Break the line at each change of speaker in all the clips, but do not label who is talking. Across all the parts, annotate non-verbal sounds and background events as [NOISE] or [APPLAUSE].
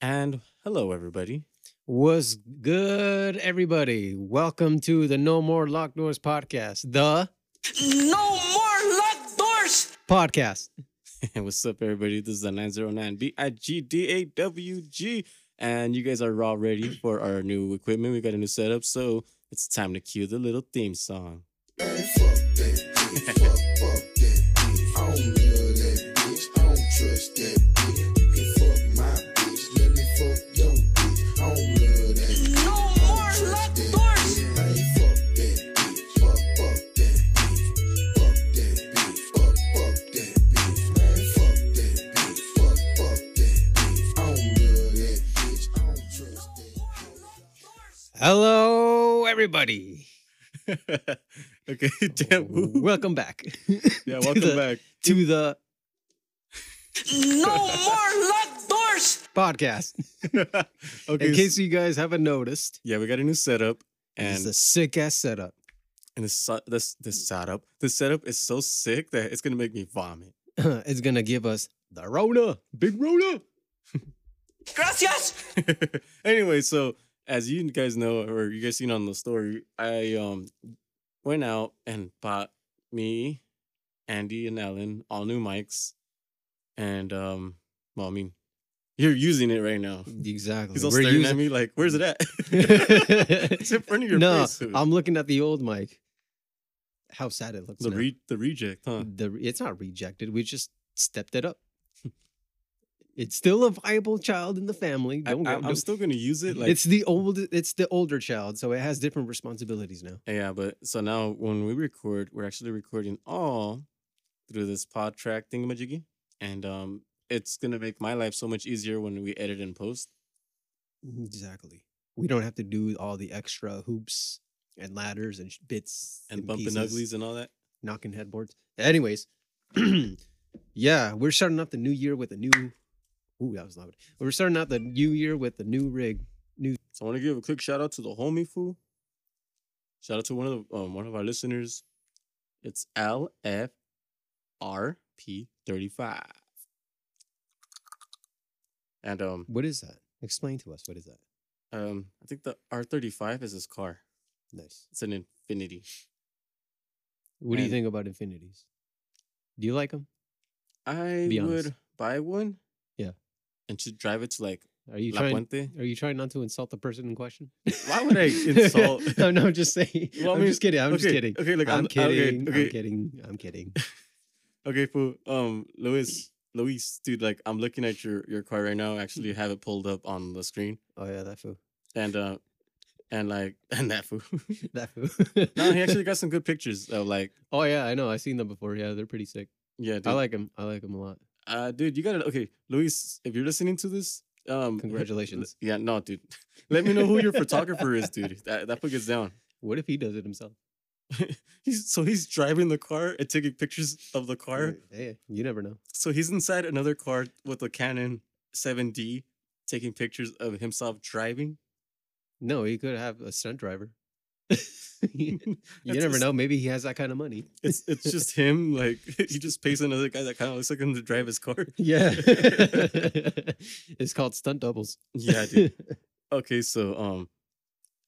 And hello, everybody. [LAUGHS]
What's good, everybody? Welcome to the No More Locked Doors podcast. The
No more locked doors!
podcast.
What's up, everybody? This is the 909BIGDAWG. And you guys are all [CLEARS THROAT] ready for our new equipment. We got a new setup. So it's time to cue the little theme song.
No more locked doors!
Hello, everybody.
[LAUGHS] okay, [LAUGHS] damn. woo. [LAUGHS]
Welcome back
Yeah,
to
welcome [LAUGHS]
the-
back.
to the
No more locked doors!
podcast.
[LAUGHS] okay.
In case you guys haven't noticed,
yeah, we got a new setup.
it's
And
a sick ass setup. [CLEARS THROAT]
and this, su- this this setup, this setup is so sick that it's gonna make me vomit.
it's gonna give us the Rona, big Rona.
Gracias!
[LAUGHS] anyway, so as you guys know, or you guys seen on the story, I um went out and bought me, Andy, and Ellen all new mics, and um, well, I mean, you're using it right now.
Exactly.
He's all staring at
[LAUGHS]
me [LAUGHS] like, "Where's it at?" it's in front of your
no,
face. dude.
I'm looking at the old mic. How sad it looks.
the
now. [LAUGHS]
re- the reject, huh?
the it's not rejected. We just stepped it up. It's still a viable child in the family.
I,
Don't get,
am
don't-
still gonna use it. Like,
it's the old. It's the older child, so it has different responsibilities now.
Yeah, but so now when we record, we're actually recording all through this pod track thingamajiggy. And um it's gonna make my life so much easier when we edit and post. Mm-hmm.
Exactly. We don't have to do all the extra hoops and ladders and sh- bits
And bumping
pieces,
uglies and all that.
knocking headboards. Anyways, [CLEARS THROAT] yeah, we're starting off the new year with a new. Ooh, that was loud. We're starting out the new year with the new rig.
So I wanna give a quick shout out to the homie foo. Shout out to one of the, um, one of our listeners. It's LFRP35. And um
What is that? Explain to us. What is that?
um I think the R35 is his car.
Nice.
It's an infinity.
What do you
And-
think about infinities? Do you like them?
I
Be honest.
would buy one.
Yeah.
And to drive it to like
Are you
La
trying?
Puente.
Are you trying not to insult the person in question?
Why
[LAUGHS]
would I insult?
no, no, I'm just saying.
[LAUGHS] Well, I
I'm
mean,
just kidding. I'm
okay,
just
[LAUGHS]
kidding.
Okay, look,
I'm,
okay,
kidding.
Okay,
I'm kidding. I'm kidding.
okay, fool. Um, Luis, Luis, dude, like I'm looking at your your car right now. I Actually, have it pulled up on the screen,
Oh yeah, that fool. [LAUGHS]
and uh, and like [LAUGHS] and that fool.
That fool.
no, he actually got some good pictures of like
[LAUGHS] oh yeah, I know. I've seen them before. Yeah, they're pretty sick.
yeah, dude.
I like them. I like them a lot.
uh, dude, you gotta okay, Luis, if you're listening to this, um, h-
Congratulations.
Yeah, no, dude. [LAUGHS] Let me know who your photographer is, dude. That that fool gets down.
What if he does it himself?
He's so he's driving the car and taking pictures of the car.
Hey, you never know.
So he's inside another car with a Canon 7D taking pictures of himself driving.
No, he could have a stunt driver. [LAUGHS] you
[LAUGHS]
never
just-
know. Maybe he has that kind of money.
It's it's [LAUGHS] just him, like he just pays another guy that kind of looks like him to drive his car.
Yeah. [LAUGHS] it's called stunt doubles.
Yeah, dude. [LAUGHS] Okay, so um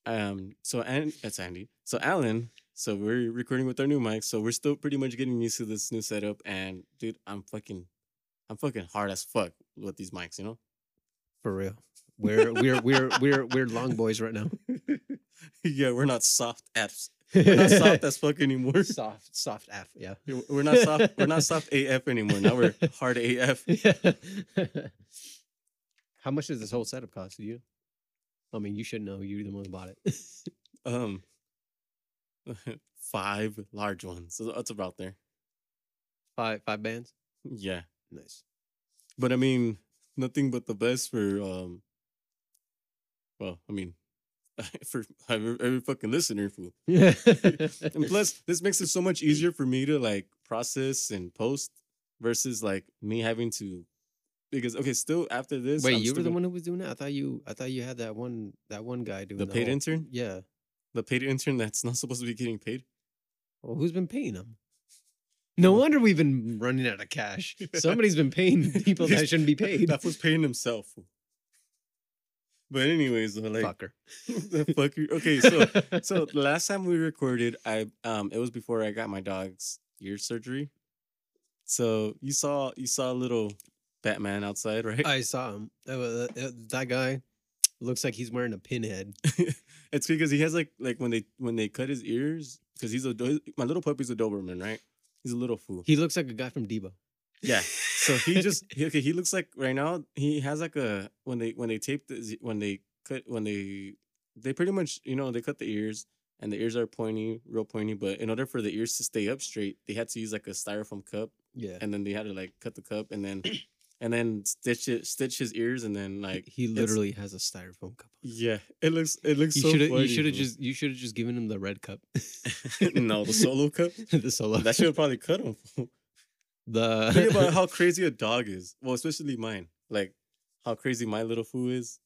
um so and that's Andy. So Alan, so we're recording with our new mic, so we're still pretty much getting used to this new setup and dude, I'm fucking I'm fucking hard as fuck with these mics, you know? [LAUGHS]
For real. We're we're we're we're we're long boys right [LAUGHS] now.
yeah, we're not soft apps. We're not [LAUGHS] soft as fuck anymore.
soft soft F, [LAUGHS] yeah.
We're not soft. We're not soft AF anymore. Now we're hard AF.
How much does this whole setup cost Do you? I mean, you should know. You're the one who bought it.
Um, [LAUGHS] five large ones. So that's about there.
five five bands.
Yeah,
[LAUGHS] Nice.
but I mean, nothing but the best for um. Well, I mean, [LAUGHS] for every, every fucking listener, fool. And plus, this makes it so much easier for me to like process and post versus like me having to, because okay, still after this,
Wait,
I'm
you
still
were the
gonna-
one who was doing that? I thought you I thought you had that one that one guy doing
the paid
whole-
intern,
Yeah.
the paid intern that's not supposed to be getting paid.
Well, who's been paying them? No wonder we've been [LAUGHS] running out of cash. Somebody's been paying people that
He's-
shouldn't be paid.
That was paying himself. fool. But anyways, though, like
Fucker.
[LAUGHS] the fucker. Okay,
[LAUGHS]
so so the last time we recorded, I um it was before I got my dog's ear surgery. So you saw you saw a little Batman outside, right?
I saw him. That, was- that- that guy looks like he's wearing a pinhead.
Oh. it's because he has like like when they when they cut his ears because he's a Do- my little puppy's a Doberman, right? He's a little fool.
He looks like a guy from Debo.
Yeah. So [LAUGHS] he just he, okay. He looks like right now he has like a when they when they taped the, when they cut when they they pretty much you know they cut the ears and the ears are pointy, real pointy. But in order for the ears to stay up straight, they had to use like a styrofoam cup
Yeah.
and then they had to like cut the cup and [CLEARS THROAT] then and then stitch it stitch his ears and then like
he
it's-
literally has a styrofoam cup.
yeah it looks it looks
You
so
should have
funny,
you should have
bro.
just you should have just given him the red cup.
[LAUGHS] no the solo [LAUGHS] cup
[LAUGHS] the solo.
that should have probably cut him.
the
Think [LAUGHS] about how crazy a dog is. Well, especially mine. Like how crazy my little foo is.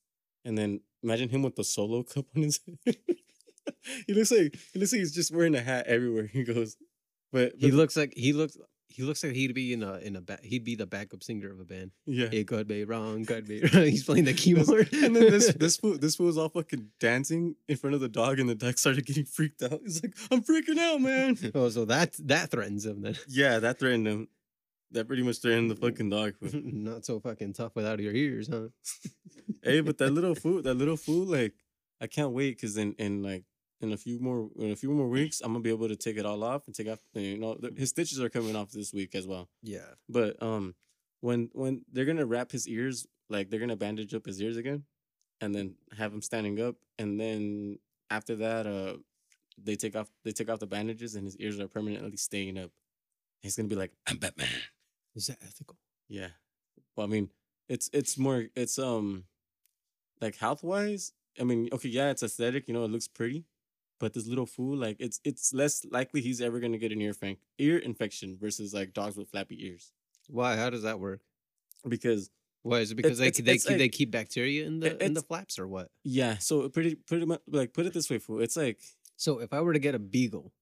And then imagine him with the solo cup on his head. [LAUGHS] he looks like he looks like he's just wearing a hat everywhere he goes. But,
[LAUGHS] he
but-
looks like he looks he looks like he'd be in a in a ba- he'd be the backup singer of a band.
[LAUGHS] yeah.
It could be wrong, could be. Wrong. [LAUGHS] He's playing the keyboard.
[LAUGHS] and then this this fool this fool was all fucking dancing in front of the dog and the dog started getting freaked out. He's like, I'm freaking out, man.
[LAUGHS] oh, so that that threatens him then.
[LAUGHS] yeah, that threatened him. That pretty much threatened the fucking dog. fool.
[LAUGHS] Not so fucking tough without your ears, huh?
hey, but that little food, that little food, like I can't wait because in in like in a few more in a few more weeks, I'm gonna be able to take it all off and take off. You know, th- his stitches are coming off this week as well.
Yeah.
But um, when when they're gonna wrap his ears, like they're gonna bandage up his ears again, and then have him standing up, and then after that, uh, they take off they take off the bandages, and his ears are permanently staying up. He's gonna be like, I'm Batman.
Is that ethical?
Yeah. Well, I mean, it's it's more it's um like health wise. I mean, okay, yeah, it's aesthetic. You know, it looks pretty, but this little fool, like, it's it's less likely he's ever gonna get an ear frank ear infection versus like dogs with flappy ears
Why? How does that work?
because
Why is it because
it's-
they they
it's
keep,
like-
they keep bacteria in the in the
it's-
flaps or what?
yeah. So it pretty pretty much like put it this way, fool. It's like [LAUGHS]
So if I were to get a beagle,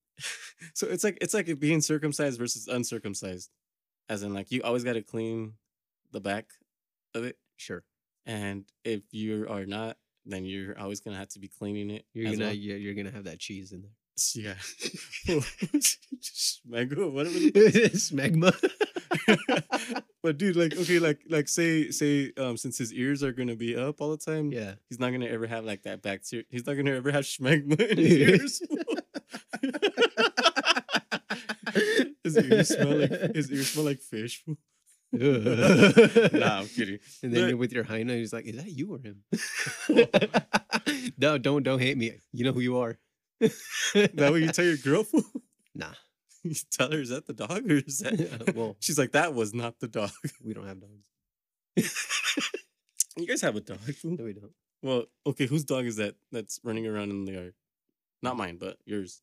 so it's like it's like it being circumcised versus uncircumcised, as in like you always gotta clean the back of it,
sure,
and if you are not, then you're always gonna have to be cleaning it.
you're
as
gonna
well.
you're, you're gonna have that cheese in there.
Yeah. [LAUGHS] Mango, whatever.
[LAUGHS]
[LAUGHS]
it's magma.
but dude, like, okay, like, like, say, say, um, since his ears are gonna be up all the time, [LAUGHS]
yeah.
he's not gonna ever have like that bacteria. He's not gonna ever have schmegma in his [LAUGHS] ears. his ears smell [LAUGHS] like his ears smell like fish. [LAUGHS] nah, I'm kidding.
[LAUGHS] And then
But-
you're with your hyena, he's like, "Is that you or him?"
[LAUGHS]
[LAUGHS] no, don't don't hate me. You know who you are.
That way you tell your girl. fool?
[LAUGHS]
[LAUGHS]
Nah. [LAUGHS]
you tell her is that the dog or is that?
well,
[LAUGHS] She's like, that was not the dog.
we don't have dogs.
[LAUGHS] You guys have a dog. fool.
No, we don't.
Well, okay, whose dog is that that's running around in the yard? Not mine, but yours.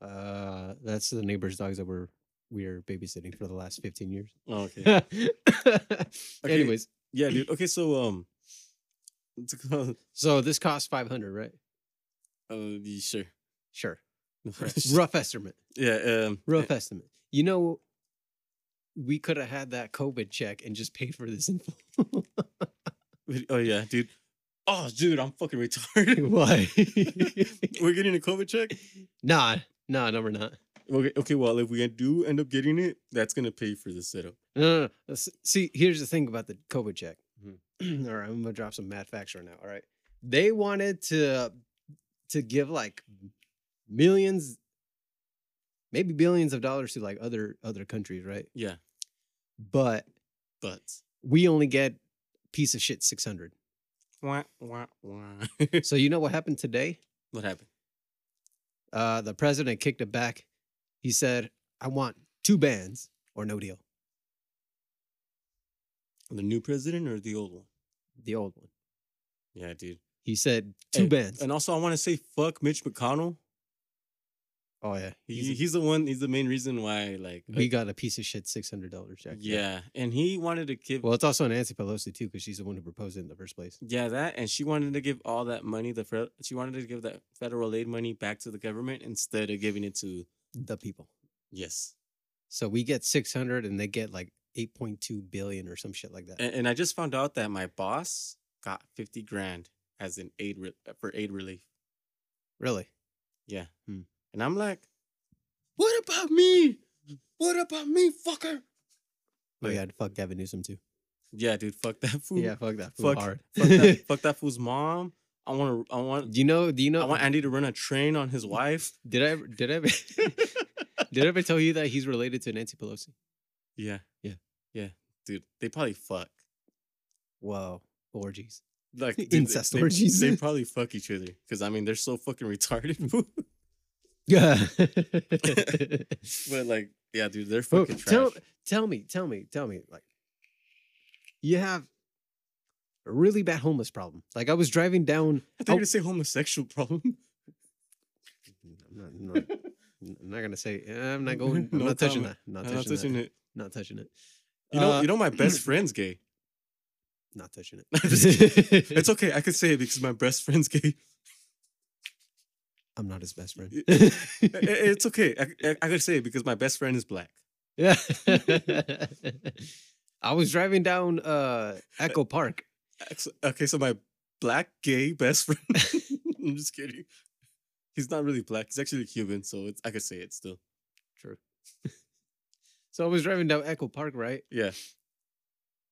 Uh, that's the neighbor's dogs that we're we're babysitting for the last 15 years.
Oh, okay.
[LAUGHS] Anyways,
yeah, [CLEARS THROAT] dude. Okay, so um, it's called- [LAUGHS]
so this costs 500, right?
uh, you sure. [LAUGHS]
[LAUGHS] Sure. Rough estimate.
yeah, um,
Rough estimate. You know, we could have had that COVID check and just paid for this [LAUGHS] info.
wait, Oh yeah, dude. Oh, dude, I'm fucking retarded. [LAUGHS]
Why?
We're getting a COVID check.
nah, nah, no, we're not.
Okay, okay. Well, if we do end up getting it, that's gonna pay for the setup.
No, no, no. Let's- Uh, See, here's the thing about the COVID check.
Mhm.
[CLEARS THROAT] All right, I'm gonna drop some mad facts right now. All right, they wanted to to give like millions, maybe billions of dollars to like other other countries, right?
Yeah,
But
but.
we only get piece of shit
[LAUGHS]
600.
Wah, wah, wah.
so you know what happened today?
[LAUGHS] what happened?
Uh, the president kicked it back. He said, "I want two bans or no deal."
The new president or the old one?
The old one.
Yeah, dude.
He said two
Hey,
bans.
And also, I want to say fuck Mitch McConnell.
oh yeah,
He,
He's-
he's the one. He's the main reason why, like, uh,
we got a piece of shit six hundred dollars check.
yeah. And he wanted to give,
Well, it's also Nancy Pelosi too, because she's the one who proposed it in the first place.
yeah, that, and she wanted to give all that money. The fe- she wanted to give that federal aid money back to the government instead of giving it to
The people.
yes.
So we get six hundred, and they get like eight
Eh.
point two billion or some shit like that.
And, and I just found out that my boss got fifty grand as an aid re- for aid relief.
Really?
Yeah. hmm, And I'm like, what about me? What about me, fucker?
Oh,
Like-
yeah, fuck Gavin Newsom too.
Yeah, dude, fuck that fool.
Yeah, fuck that. fool
fuck,
hard.
[LAUGHS] fuck, that,
[LAUGHS]
fuck that fool's mom. I want to. I want.
do you know? Do you
I
know?
want Andy to run a train on his wife.
did I ever- did I ever, [LAUGHS] did I ever tell you that he's related to Nancy Pelosi?
Yeah,
Yeah.
yeah, dude. They probably fuck.
Whoa,
[LAUGHS]
orgies. [LAUGHS]
Like dude,
Incest
they,
orgies.
They, they probably fuck each other because I mean they're so fucking retarded. [LAUGHS] fool.
Yeah.
but like, yeah, dude, they're
Well,
fucking trash.
tell, tell me, tell me, tell me. Like, you have a really bad homeless problem. Like, I was driving down.
I thought you were gonna say homosexual [LAUGHS] problem.
I'm
[LAUGHS]
not, I'm not, I'm not gonna say. I'm not going. I'm
No
not touching that.
comment.
Not
I'm
touching,
not touching
that.
it.
Not touching it.
You know,
Uh, [CLEARS THROAT]
you know, my best friend's gay.
Not touching it.
Just [LAUGHS]
[LAUGHS]
It's okay. I could say it because my best friend's gay. [LAUGHS]
I'm not his best friend.
I- I- It's okay. I, I, I could say it because my best friend is black.
[LAUGHS] Yeah. [LAUGHS] I was driving down uh Echo Park.
Ex- Okay, so my black gay best [LAUGHS] friend. I'm just kidding. He's not really black. He's actually Cuban, so it's I could say it still.
True. so I was driving down Echo Park, right?
Yeah,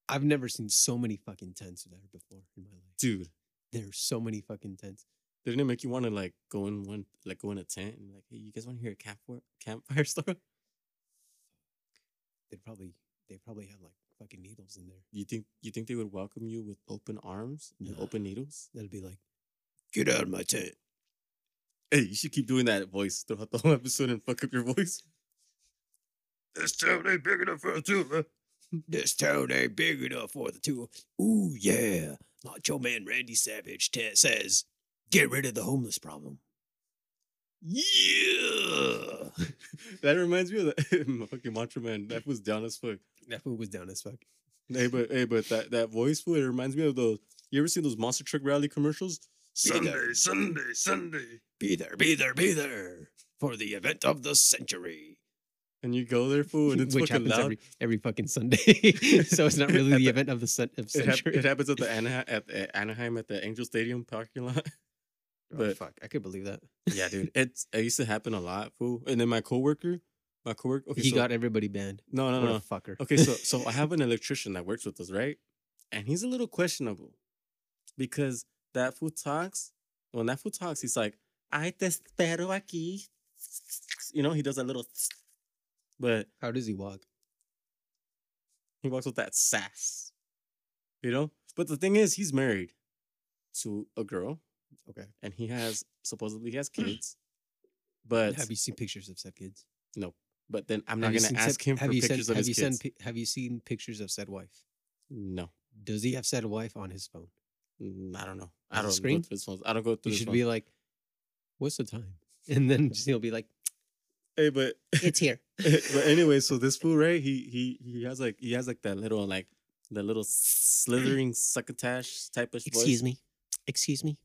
I've never seen so many fucking tents there before in my life.
dude.
There's so many fucking tents.
Didn't it make you want to like go in one like go in a tent and like hey you guys want to hear a campfire campfire [LAUGHS] story?
They probably they probably have like fucking needles in there.
You think you think they would welcome you with open arms and
Nah.
open needles?
That'll be like, get out of my tent.
Hey, you should keep doing that voice throughout the whole episode and fuck up your voice.
[LAUGHS] This town ain't big enough for the two of us. This town ain't big enough for the two of us. Ooh, yeah. Macho Man Randy Savage t- says, get rid of the homeless problem. Yeah.
[LAUGHS] That reminds me of that [LAUGHS] fucking Macho Man. That was down as fuck.
that food was down as fuck.
Hey, but hey, but that that voice fool, it reminds me of those. You ever seen those monster truck rally commercials?
Sunday,
Sunday, Sunday.
Be there, be there, be there for the event of the century.
And you go there,
[LAUGHS]
fool, and it's
Which
fucking
happens
loud.
every, every fucking Sunday.
[LAUGHS]
so it's not really
At
the
the-
event of the cen- of
it, hap-
century.
it happens at the Anaheim at, the Anaheim at the Angel Stadium parking lot.
Oh,
but-
fuck, I could believe that.
Yeah,
[LAUGHS]
dude, it's it used to happen a lot, fool. And then my coworker, my coworker, okay,
he
so-
got everybody banned.
no, no,
What
no.
a fucker.
Okay,
[LAUGHS]
so so I have an electrician that works with us, right? And he's a little questionable because that fool talks. When that fool talks, he's like, "I te espero aquí." You know, he does that little, [LAUGHS] but
How does he walk?
he walks with that sass. You know, but the thing is, he's married to a girl,
Okay.
and he has supposedly
[CLEARS THROAT]
he has kids. But
Have you seen pictures of said kids?
but then I'm not
Have you
gonna
seen
ask
sep-
him for
you
pictures
sent-
of
have
his
you
kids.
Sent, pi- have you seen pictures of said wife?
no,
Does he have said wife on his phone?
Mm, I don't know.
the
I don't
screen?
go through his phones. I don't go through.
You
his
should
phone.
be like, "What's the time?" [LAUGHS] And then just- he'll be like,
Hey, [LAUGHS] but
"It's [LAUGHS] here."
[LAUGHS] but anyway, so this fool, right? He he he has like he has like that little like that little slithering succotash type of voice.
me, excuse me,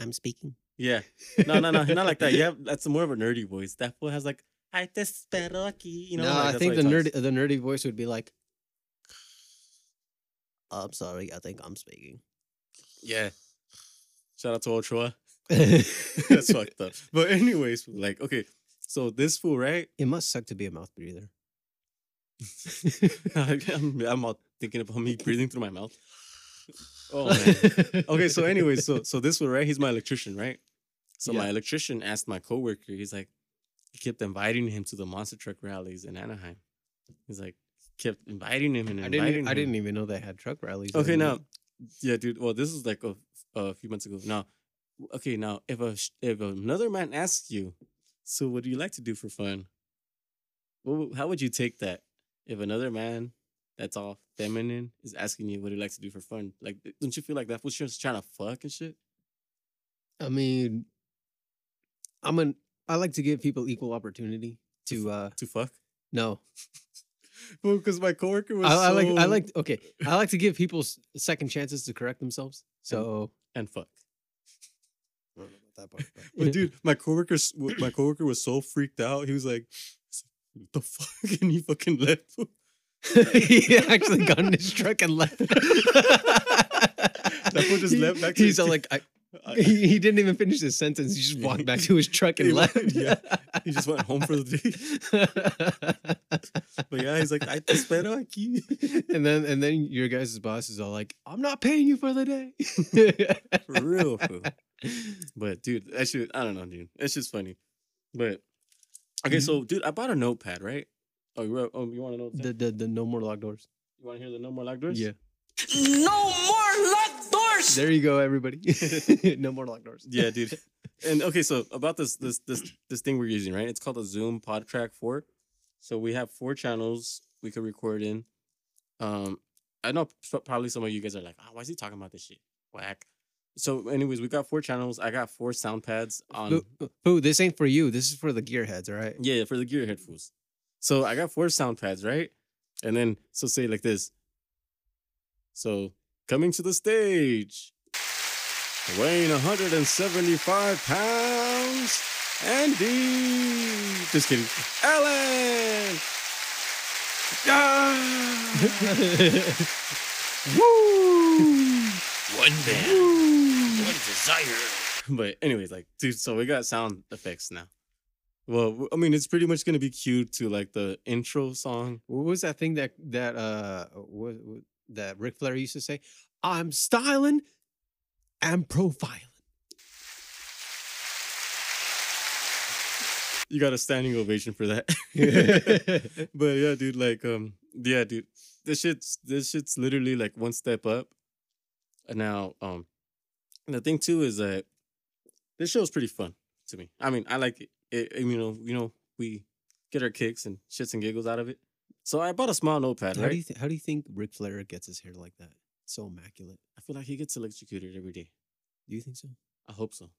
I'm speaking.
Yeah. No, no, no, not like that.
[LAUGHS]
Yeah, that's more of a nerdy voice. That fool has like I te espero aquí. You know,
no,
like,
I
that's
think
how
the
he
nerdy
talks.
the nerdy voice would be like, "Oh, "I'm sorry, I think I'm [LAUGHS] speaking."
Yeah. Shout out to [LAUGHS] Ultra.
it
that's
[LAUGHS]
fucked up. But anyways, like okay, so this fool, right?
must suck to be a mouth breather.
[LAUGHS] I'm, I'm all thinking about me breathing through my mouth. Oh [LAUGHS] man. okay,
[LAUGHS]
so anyway, so so this one, right? He's my electrician, right? So my
Yeah.
electrician asked my coworker, he's like, he kept inviting him to the monster truck rallies in Anaheim. He's like, kept inviting him and
I
inviting
didn't. I
him.
didn't even know they had truck rallies.
Okay,
anymore.
now, yeah, dude. Well, this is like a, a few months ago. Now, okay, now if a sh- if another man asks you, so what do you like to do for fun? What, would- how would you take that if another man that's all feminine is asking you what do you like to do for fun? Like, don't you feel like that was just trying to fuck and shit?
I mean, I'm an. I like to give people equal opportunity to. uh
To fuck? [LAUGHS]
No,
Well, because my coworker was
I, I like. I
so-
like. Okay, I like to give people s- second chances to correct themselves. So.
and
[LAUGHS]
fuck.
I don't know about that part,
But dude, my coworker, s- w- my coworker was so freaked out. He was like, "What the [LAUGHS] fuck?" And he fucking left.
[LAUGHS]
[LAUGHS]
he actually got in his truck and left.
That fool just
He-
left back to
He's
his
all
team.
like, I,
I,
he, he didn't even finish his sentence. He just walked back to his truck and
He
left.
went- yeah, he just went home for the day. But yeah, he's like, I te espero aquí.
[LAUGHS] and then and then your guys' boss is all like, "I'm not paying you for the day." [LAUGHS]
For real. fool. [LAUGHS] But dude, that shit, I don't know, dude. That's just funny. But okay, so dude, I bought a notepad, right? Oh, you, oh, you want to know?
the, the the no more locked doors.
you want to hear the no more locked doors?
Yeah,
No more locked doors.
there you go, everybody. [LAUGHS] no more locked doors.
Yeah, [LAUGHS] dude. And okay, so about this this this this thing we're using, right? It's called a Zoom Pod Track Four. So we have four channels we could record in. Um, I know p- probably some of you guys are like, oh, why is he talking about this shit? Whack. So, anyways, we got four channels. I got four sound pads on.
Boo, boo, this ain't for you. This is for the gearheads. All
[LAUGHS]
right.
Yeah, for the gearhead fools. So I got four sound pads, right? And then so say it like this. So coming to the stage, weighing 175 pounds, Andy. Just kidding, Alan.
[LAUGHS]
Ah! Woo!
One man, one desire.
but anyways, like dude, so we got sound effects now. Well, w- I mean, it's pretty much gonna be cued to like the intro song.
what was that thing that that uh what, that Ric Flair used to say? I'm styling, I'm profiling.
You got a standing ovation for that.
[LAUGHS] yeah,
but yeah, dude, like um, yeah, dude, this shit's this shit's literally like one step up. And now, um, the thing too is that this show's pretty fun to me. I mean, I like it. it, it you know, you know, we get our kicks and shits and giggles out of it. So I bought a small notepad,
How
right?
do you th- how do you think Ric Flair gets his hair like that? So immaculate.
I feel like he gets electrocuted every day.
Do you think so?
I hope so. [LAUGHS]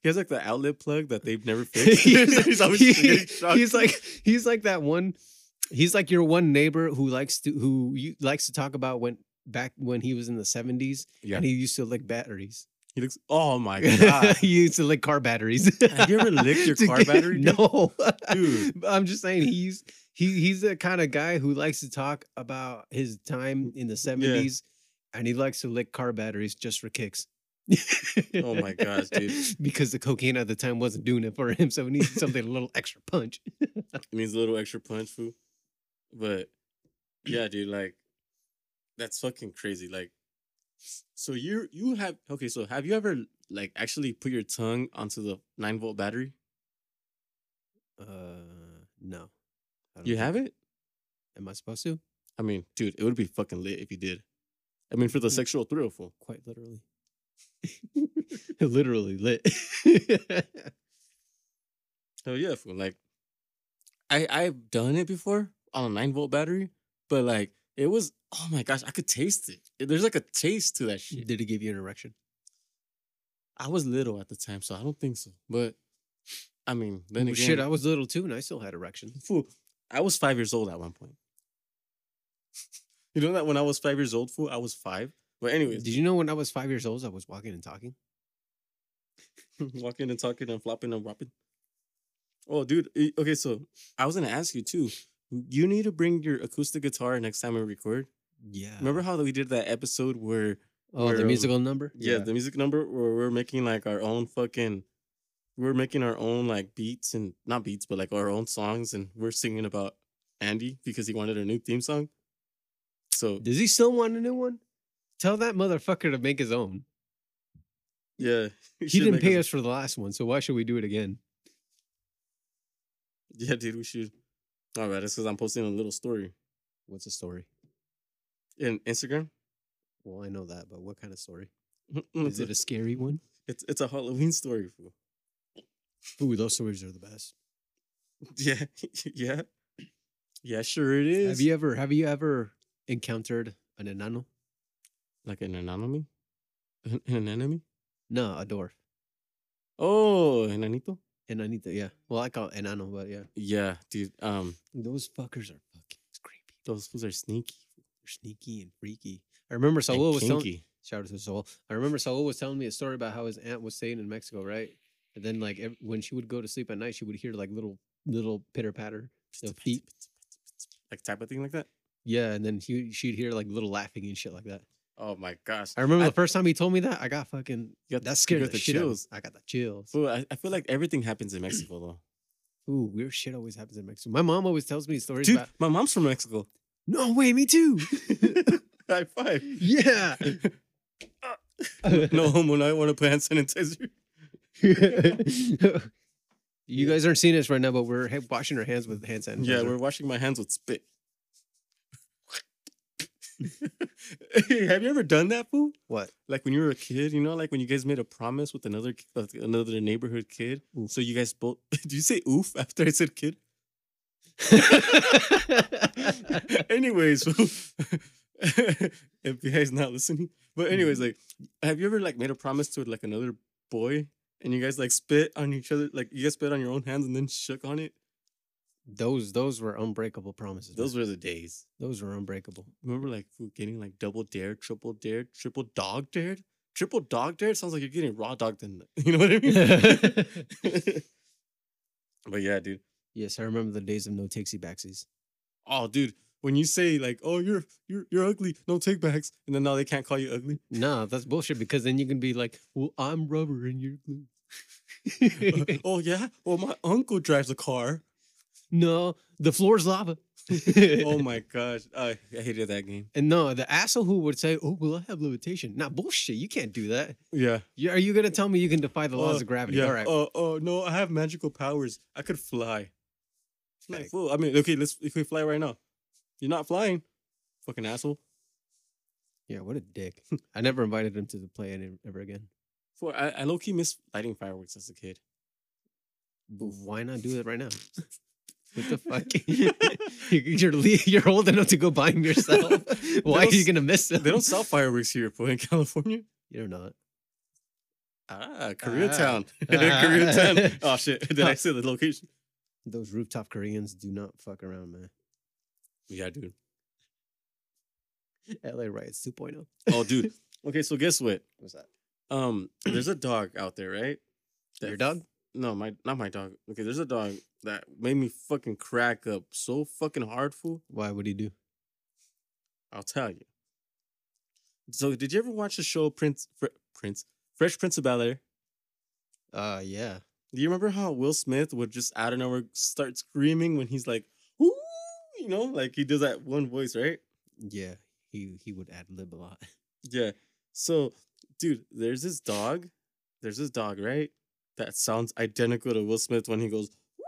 He has like the outlet plug that they've
[LAUGHS]
never fixed. [LAUGHS] he's always
He- [LAUGHS]
getting shocked.
he's like he's like that one. He's like your one neighbor who likes to who you, likes to talk about when back when he was in the seventies
Yeah.
and he used to lick batteries.
he looks. Oh my
[LAUGHS]
god,
he used to lick car batteries.
[LAUGHS] Have you ever licked your
To
car
get-
battery, dude?
[LAUGHS] No,
Dude.
But [LAUGHS] I'm just saying he's he he's the kind of guy who likes to talk about his time in the seventies, and he likes to lick car batteries just for kicks.
Oh my gosh, dude.
[LAUGHS] because the cocaine at the time wasn't doing it for him, so he needed something a little extra punch.
[LAUGHS] it means a little extra punch, food. But yeah, dude, like that's fucking crazy. Like, so you you have okay. So have you ever like actually put your tongue onto the nine volt battery?
Uh, no. I don't
You
think-
haven't.
Am I supposed to? [LAUGHS]
I mean, dude, it would be fucking lit if you did. I mean, for the sexual thrill, fool.
Mm. Quite literally. literally lit. [LAUGHS]
Hell yeah, fool. Like, I I've done it before on a nine volt battery, but like it was oh my gosh, I could taste it. There's like a taste to that shit.
Did it give you an erection?
I was little at the time, so I don't think so. But I mean, then
Well,
again,
Shit, I was little too, and I still had erections.
fool, I was five years old at one point. [LAUGHS] you know that when I was five years old, fool, I was five. But anyways,
Did you know when I was five years old, I was walking and talking?
[LAUGHS] walking and talking and flopping and whopping. Oh, dude. eh, Okay, so I was gonna ask you too. You need to bring your acoustic guitar next time we record.
Yeah.
Remember how we did that episode where
Oh,
where,
the
um,
musical number.
yeah, the music number where we're making like our own fucking we're making our own like beats and not beats but like our own songs and we're singing about Andy because he wanted a new theme song. So
Does he still want a new one? Tell that motherfucker to make his own.
yeah, [LAUGHS]
He didn't pay us for the last one, so why should we do it again?
Yeah, dude, we should. All right, that's because I'm posting a little story
What's the story?
in Instagram. [LAUGHS]
Well, I know that, but what kind of [LAUGHS] story?
it's,
Is
a,
it a scary one?
it's it's a Halloween story. Fool. [LAUGHS]
Ooh, those stories are the best.
Yeah, [LAUGHS] yeah, yeah. Sure, it is.
Have you ever have you ever encountered an enano?
like an anonymous? An, an enemy?
No, a dwarf.
Oh, enanito.
Enanito, yeah. Well, I call it enano, but yeah.
Yeah, dude. Um,
Those fuckers are fucking creepy.
those fools are sneaky.
They're sneaky and freaky. I remember
and
Saul was telling
kinky.
Shout out to Saul. I remember Saul was telling me a story about how his aunt was staying in Mexico, right? And then like ev- when she would go to sleep at night, she would hear like little little pitter patter of feet.
like type of thing like that.
Yeah, and then he, she'd hear like little laughing and shit like that.
Oh my gosh.
I remember
I-
the first time he told me that, I got fucking
You got-
that scared
got
the,
the
shit out of me.
chills.
I got the chills.
Fool, I, I feel like everything happens in Mexico though.
Ooh, weird shit always happens in Mexico. My mom always tells me stories
Dude,
about.
my mom's from Mexico.
No way, me too.
[LAUGHS] High five.
[LAUGHS] yeah. [LAUGHS]
No homo, now I want to play hand sanitizer.
you guys aren't seeing us right now, but we're ha- washing our hands with hand sanitizer.
Yeah, we're washing my hands with spit. hey, [LAUGHS] have you ever done that, fool?
what?
Like when you were a kid, you know, like when you guys made a promise with another ki- with another neighborhood kid.
Oof.
So you guys both. [LAUGHS] Did you say oof after I said kid? [LAUGHS] anyways, [LAUGHS] if you guys not listening, but anyways, like, have you ever like made a promise to like another boy and you guys like spit on each other, like you guys spit on your own hands and then shook on it?
[LAUGHS] those those were unbreakable promises.
Those were
Those
the days.
those were unbreakable.
Remember, like we were getting like double dared, triple dared, triple dog dared. Triple dog dared sounds like you're getting raw dogged in. the- [LAUGHS] You know what I [LAUGHS] mean? but yeah, dude.
Yes, I remember the days of no takesy backsies.
Oh, dude. When you say like, "Oh, you're you're you're ugly," no takebacks, and then now they can't call you ugly.
No, that's bullshit because then you can be like, well, I'm rubber and you're glue. [LAUGHS]
Uh, [LAUGHS] oh yeah. Well, my uncle drives a car.
no, the floor's lava.
[LAUGHS] Oh [LAUGHS] my gosh, I, I hated that game.
And no, the asshole who would say, "Oh, well, I have levitation." Nah, bullshit. You can't do that.
Yeah.
You- Are you gonna tell me you can defy the laws
Uh,
of gravity?
Yeah.
All right.
Oh, oh no, I have magical powers. I could fly. Like,
Like-
fool. I mean, okay, let's if we fly right now. You're not flying, fucking asshole.
Yeah, what a dick. I never invited him to the play any- ever again.
For I, I low key miss lighting fireworks as a kid.
But why not do it right now? What
[LAUGHS]
the [LAUGHS] fuck? you're, you're le- you're old enough to go buy
[LAUGHS]
them yourself. Why are
don't
you
s-
gonna miss them?
They don't sell fireworks here, boy, in California.
[LAUGHS] You're not.
Ah,
Ah.
Koreatown. [LAUGHS] Koreatown. Oh shit! [LAUGHS] Did I say the location?
Those rooftop Koreans do not fuck around, man.
Yeah, dude.
LA riots 2.0.
Oh,
[LAUGHS]
dude. Okay, so guess what?
What's that?
Um, there's a dog out there, right? That
Your dog?
No, my not my dog. Okay, there's a dog that made me fucking crack up so fucking hard, fool.
Why would he do?
I'll tell you. So, did you ever watch the show Prince Fre- Prince Fresh Prince of Bel Air?
Uh, yeah.
Do you remember how Will Smith would just out of nowhere start screaming when he's like, "Woo!" You know, like he does that one voice, right?
Yeah. He he would ad lib a lot.
Yeah. So, dude, there's this dog. There's this dog, right? That sounds identical to Will Smith when he goes, "Woo,"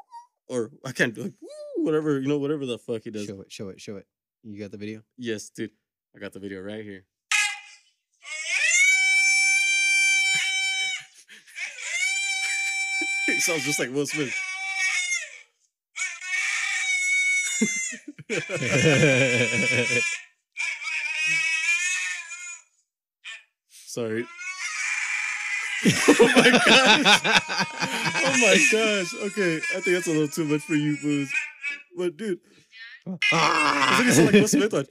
or I can't do it, "Woo," whatever, you know, whatever the fuck he does.
Show it, show it, show it. You got
[LAUGHS]
the video?
Yes, dude. I got the video right here. [LAUGHS] It sounds just like Will Smith. Oh Sorry. oh my
[LAUGHS]
gosh. Oh my gosh. Okay. I think that's a little too much for you, booze. But dude, I think it sounds like Will Smith. like,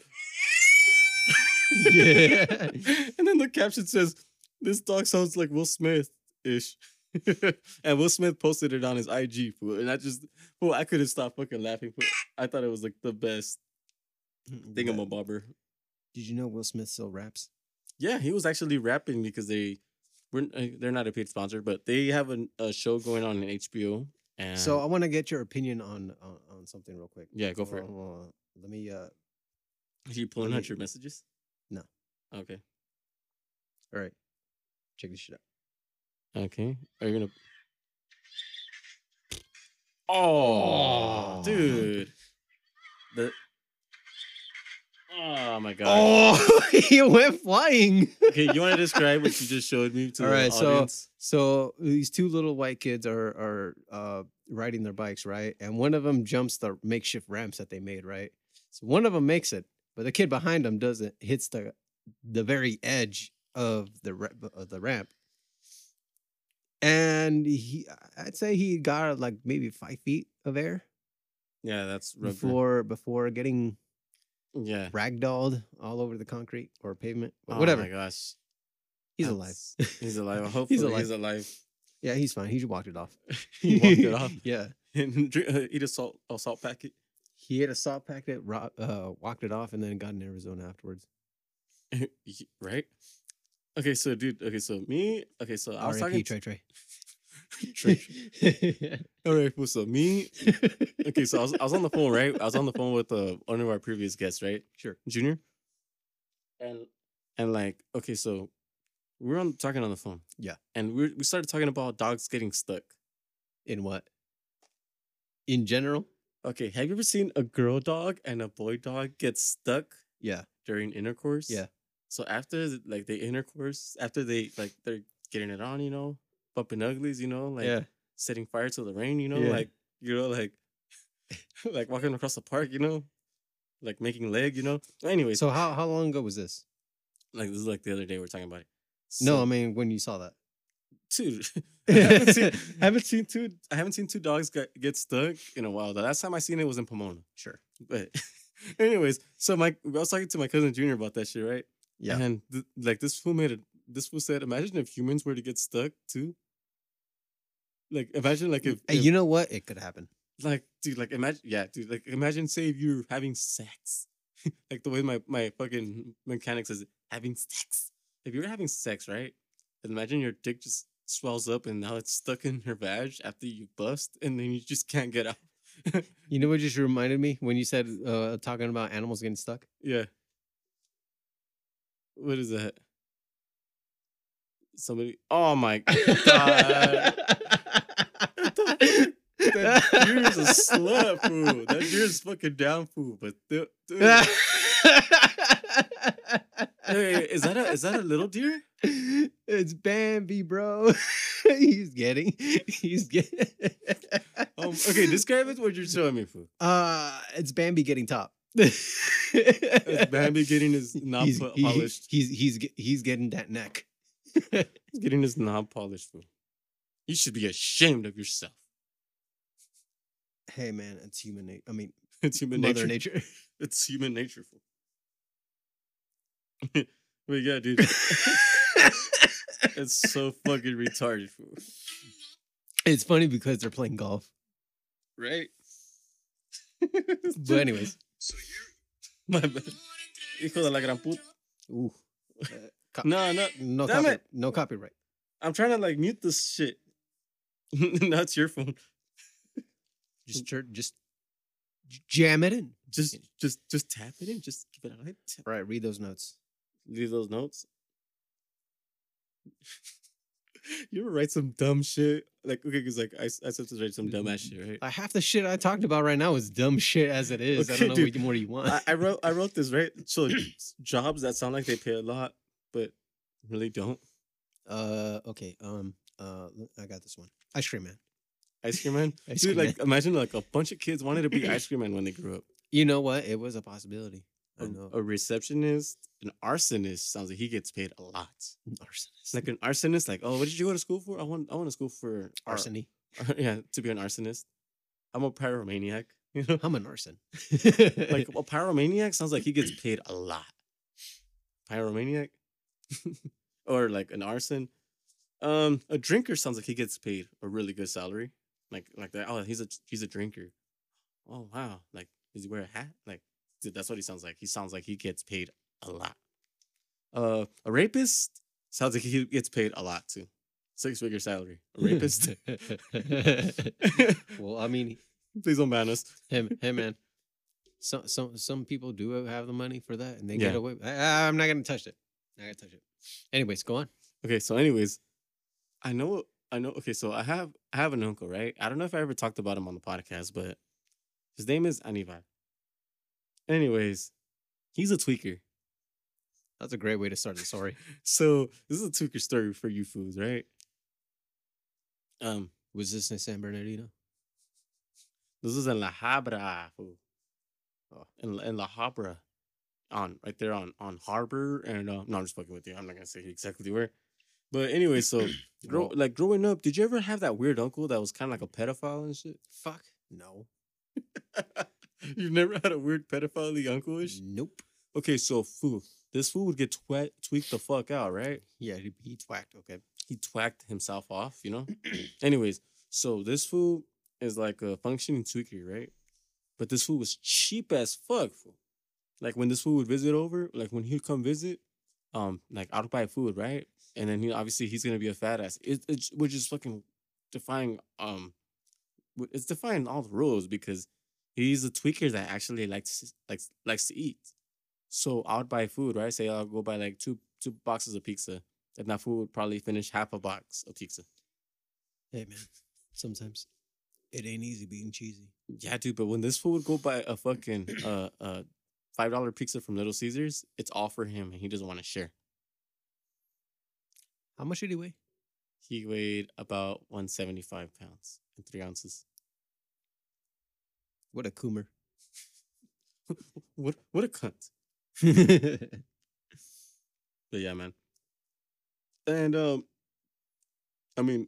yeah.
[LAUGHS] and then the caption says, "This dog sounds like Will Smith ish," [LAUGHS] and Will Smith posted it on his IG. Fool, and I just, well, I couldn't stop fucking laughing. Fool. I thought it was like the best thing
But
I'm a bobber.
Did you know Will Smith still raps?
Yeah, he was actually rapping because they, we're, uh, they're not a paid sponsor, but they have an, a show going on in HBO. And
So I want to get your opinion on on, on something real quick.
yeah, go for it.
Hold on, hold on. Let me. Uh,
Are you pulling
oh, let
out
me-
your messages?
No.
Okay.
all right, check this shit out.
Okay. Are you gonna? Oh,
Aw.
dude. The. Oh my god.
Oh, [LAUGHS] he went flying.
Okay, you want to describe what you just showed me to
All
the
right, Oh. so-
audience?
So these two little white kids are are uh, riding their bikes, right? And one of them jumps the makeshift ramps that they made, right? So one of them makes it, but the kid behind him doesn't. Hits the the very edge of the ra- of the ramp, and he I'd say he got like maybe five feet of air
Yeah, that's rubber.
before before getting
yeah.
ragdolled all over the concrete or pavement,
Oh
or whatever.
my gosh.
he's alive.
That's- [LAUGHS] He's
[LAUGHS]
alive. Well, Hopefully, he's alive.
alive.
He's
[LAUGHS]
alive.
Yeah, he's fine. He just walked it off.
[LAUGHS] he walked it off [LAUGHS]
[LAUGHS] yeah.
and drink, uh, eat a salt a salt packet. [LAUGHS]
He ate a salt packet, ro- uh, walked it off, and then got in Arizona afterwards.
right? Okay, so dude, okay, so me, okay, so I was
R.I.P.
talking.
Trey Trey.
[LAUGHS] Trey-
[LAUGHS]
All right, well, so me, okay, so I was, uh I was on the phone, right? I was on the phone with uh, one of our previous guests, right?
Sure.
Junior. And and like, okay, so we were on talking on the phone.
Yeah.
And we we started talking about dogs getting stuck.
In what? In general?
Okay, have you ever seen a girl dog and a boy dog get stuck
Yeah.
during intercourse?
Yeah.
So after th- like they intercourse, after they like they're getting it on, you know, bumping uglies, you know, like
yeah.
setting fire to the rain, you know,
Yeah.
like you know, like [LAUGHS] like walking across the park, you know, like making leg, you know. Anyways,
So how, how long ago was this?
like this is like the other day we are talking about it.
no, I
So,
mean when you saw that. [LAUGHS]
dude, [LAUGHS] I haven't seen, I haven't seen two. I haven't seen two dogs get, get stuck in a while. The last time I seen it was in Pomona.
Sure.
But [LAUGHS] anyways, so my I was talking to my cousin Junior about that shit, right? [LAUGHS]
Yeah.
And th- like this fool made it. This fool said, imagine if humans were to get stuck too. Like imagine like if,
Hey,
if-
you know what? It could happen.
like dude like imagine yeah dude like imagine say if you're having sex [LAUGHS] like the way my my fucking mechanic says it, having sex if you're having sex right then imagine your dick just swells up and now it's stuck in her vag after you bust and then you just can't get out
You know what just reminded me when you said uh, talking about animals getting
[LAUGHS]
stuck?
yeah what is that somebody oh my [LAUGHS] god that deer's a slut fool that deer's fucking down fool but th-
[LAUGHS]
dude. Wait, wait, wait, is that a is that a little deer?
it's Bambi, bro. [LAUGHS] he's getting, he's [LAUGHS] getting.
Um, okay, describe it what you're showing me, fool.
Uh, it's Bambi getting top. [LAUGHS]
[LAUGHS] It's Bambi getting his knob
he's,
po-
he-
polished.
He's he's ge- he's getting that neck.
He's getting his knob polished, fool. You should be ashamed of yourself. [LAUGHS]
Hey man, it's human. Na- I mean,
It's human
mother
nature.
nature.
[LAUGHS]
[LAUGHS]
It's human nature, fool. [LAUGHS] but yeah, [LAUGHS] dude, it's so fucking retarded, fool.
it's funny because they're playing golf.
Right?
But anyways,
[LAUGHS] My bad. Hijo de la gran puta.
ooh,
No, no,
no,
Damn
copy,
it.
no copyright.
I'm trying to like mute this shit. [LAUGHS] now it's your phone. Mm.
Just chur- just j- jam it in.
Just, just, just tap it in. Just give it a light tap.
Right, read those notes.
leave those notes. [LAUGHS] you ever write some dumb shit? Like, okay, because like I, s- I sometimes write some dumb ass shit, right?
Like half the shit Mm-hmm. I talked about right now is dumb shit as it is. I
Okay,
don't know
dude.
what more you want.
I, I wrote I wrote this
[LAUGHS]
right. So s- jobs that sound like they pay a lot, but really don't.
Uh, okay. Um, uh, l- I got this one. Ice cream man.
Ice cream man,
Ice
dude.
cream
like,
[LAUGHS]
imagine like a bunch of kids wanted to be ice cream man when they grew up.
You know what? It was a possibility. I
A,
know.
a receptionist, an arsonist sounds like he gets paid a lot.
arsonist.
Like an arsonist, like, oh, what did you go to school for? I want I want to school for ar-
Arsony.
[LAUGHS] yeah, to be an arsonist. I'm a pyromaniac. [LAUGHS] You know.
I'm an arson. [LAUGHS]
like a pyromaniac sounds like he gets paid a lot. Pyromaniac, [LAUGHS] or like an arson. Um, a drinker sounds like he gets paid a really good salary, like like that. Oh, he's a he's a drinker. Oh wow, like does he wear a hat? Like dude, that's what he sounds like. He sounds like he gets paid a lot. Uh, a rapist sounds like he gets paid a lot too, six figure salary. A
Hmm.
rapist.
[LAUGHS]
[LAUGHS]
well, I mean,
Please don't ban us.
hey, hey man. Some some some people do have the money for that, and they
Yeah.
get away. I, I'm not gonna touch it. Not gonna touch it. Anyways, go on.
Okay, so anyways, I know I know okay, so I have I have an uncle, right? I don't know if I ever talked about him on the podcast, but his name is Anivar. Anyways, he's a tweaker. [LAUGHS]
That's a great way to start the story.
So this is a tweaker story for you fools, right? Um,
Was this in San Bernardino?
this is in La Habra, fool. In, in La Habra. On right there on on Harbor and uh, no, I'm just fucking with you. I'm not gonna say exactly where. But anyway, [CLEARS THROAT] so grow,
Well-
like growing up, did you ever have that weird uncle that was kind of like a pedophile and shit?
Fuck no.
[LAUGHS] You've never had a weird pedophile uncle ish?
Nope.
Mm. Okay, so fool. This fool would get twe- tweaked the fuck out, right?
Yeah, he, he twacked. Okay.
He twacked himself off, you know? Anyways, so this fool is like a functioning tweaker, right? But this fool was cheap as fuck, fool. Like when this fool would visit over, like when he'd come visit, um, like I'll buy food, right? And then he obviously he's gonna be a fat ass. It, it's which is fucking defying um, w- it's defying all the rules because he's a tweaker that actually likes likes likes to eat. So I'll buy food, right? Say I'll go buy like two two boxes of pizza. If not food, would probably finish half a box of pizza.
Hey man, sometimes it ain't easy being cheesy.
Yeah, dude. But when this fool would go buy a fucking uh uh five dollar pizza from Little Caesars, it's all for him, and he doesn't want to share.
How much did he weigh?
He weighed about one seventy five pounds and three ounces.
What a coomer.
What what a cunt!
yeah,
[LAUGHS] But yeah, man. And um, I mean,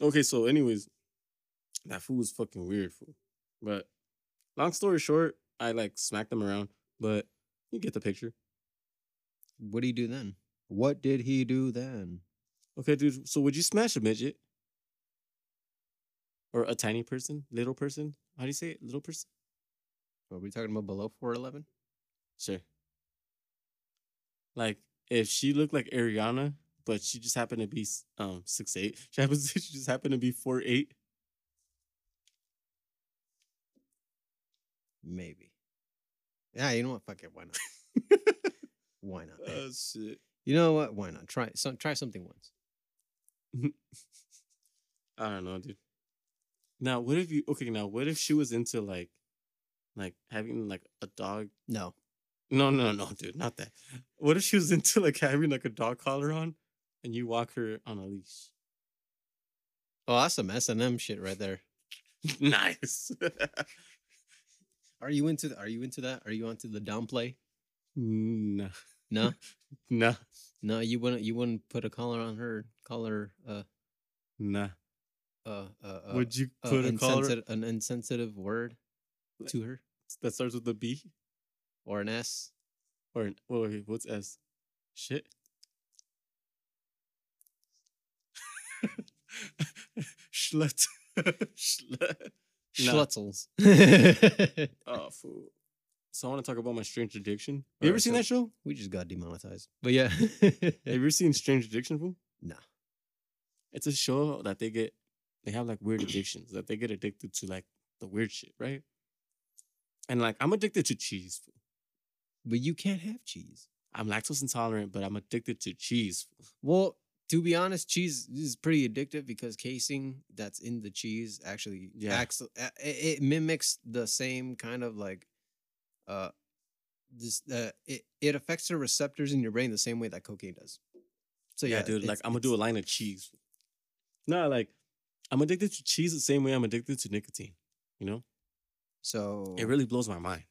okay. So, anyways, that fool was fucking weird, fool. But long story short, I like smacked him around, but you get the picture.
What did he do then? What did he do then?
Okay, dude. So would you smash a midget? Or a tiny person? Little person? How do you say it? Little person?
Are we talking about below 411?
Sure. Like, if she looked like Ariana, but she just happened to be s- um six eight. [LAUGHS] She happens she just happened to be four eight.
Maybe. Yeah, you know what? Fuck it. Why not? Why not?
Uh, shit.
You know what? Why not? Try some, try something once.
I don't know, dude. Now what if you okay, now what if she was into like like having like a dog
No.
No, no, no, dude, not that. What if she was into like having like a dog collar on, and you walk her on a leash? [LAUGHS]
Oh, that's some S and M shit right there.
nice. [LAUGHS]
Are you into? th- Are you into that? Are you onto the downplay?
no, [LAUGHS]
No,
no,
no. You wouldn't. You wouldn't put a collar on her. Collar. Uh.
nah.
Uh. Uh. uh
Would you
uh,
put a collar
insensit- an insensitive word
Like-
to her
that starts with a B
or an S?
or an? Wait, wait, what's S? Shit. [LAUGHS] Schlet. [LAUGHS] Schlet. No.
Schlutzels. [LAUGHS]
Oh, fool. So I want to talk about my Strange Addiction.
Alright,
You ever seen
so-
that show?
we just got demonetized. But yeah.
Have you ever seen Strange Addiction, fool?
Nah.
It's a show that they get, they have like
[CLEARS THROAT]
weird addictions that they get addicted to like the weird shit, right? And like I'm addicted to cheese. Fool.
[LAUGHS] But you can't have cheese.
I'm lactose intolerant, but I'm addicted to cheese. Fool.
Well, to be honest, cheese is pretty addictive because casing that's in the cheese actually
Yeah.
acts, a- a- it, mimics the same kind of like uh this uh it, it affects the receptors in your brain the same way that cocaine does. So
yeah,
yeah,
dude. Like I'm gonna do a line of cheese. Fool. No, like I'm addicted to cheese the same way I'm addicted to nicotine. You know,
so
it really blows my mind.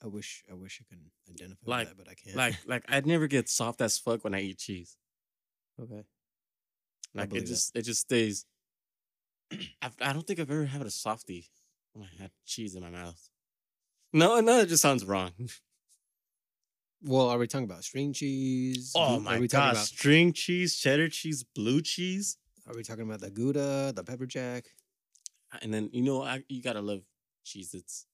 I wish I wish I can identify with
Like-
that, but I can't.
Like, like I'd never get soft as fuck when I eat cheese.
[LAUGHS] okay. I
Like it
believe that.
just it just stays. [CLEARS THROAT] I've, I don't think I've ever had a softie when I had cheese in my mouth. No, no, that just sounds wrong. [LAUGHS]
Well, are we talking about string cheese?
Oh
Gou-
my
are we talking
god! String cheese, cheddar cheese, blue cheese,
About, are we talking about the Gouda, the pepper jack?
and then you know I, you gotta love cheese. It's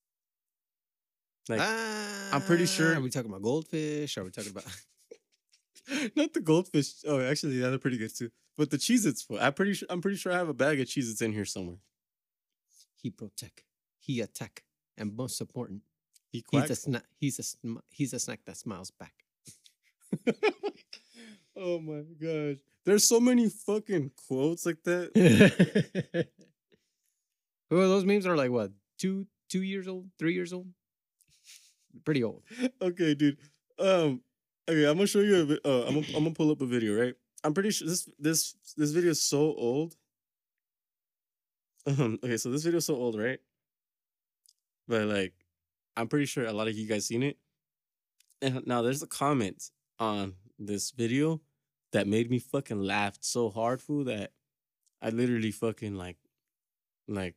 like
ah,
pretty sure-
Are we talking about goldfish? Are we talking about [LAUGHS]
[LAUGHS] not the goldfish. Oh, actually, yeah, they're pretty good too. But the cheese it's I'm pretty sure I'm pretty sure I have a bag of cheese it's in here somewhere.
he protect, he attack, and most important,
He
he's a
quacks.
snack. He's a sm- he's a snack that smiles back.
[LAUGHS] oh my gosh! There's so many fucking quotes like
[LAUGHS]
that.
well, those memes are like what two two years old, three years old, pretty old.
okay, dude. Um, okay, I'm gonna show you. A, vi- uh, I'm gonna, I'm gonna pull up a video, right? I'm pretty sure this this this video is so old. Um, okay, so this video is so old, right? But like, I'm pretty sure a lot of you guys seen it. And now there's a comment on this video that made me fucking laugh so hard, fool, that I literally fucking like, like,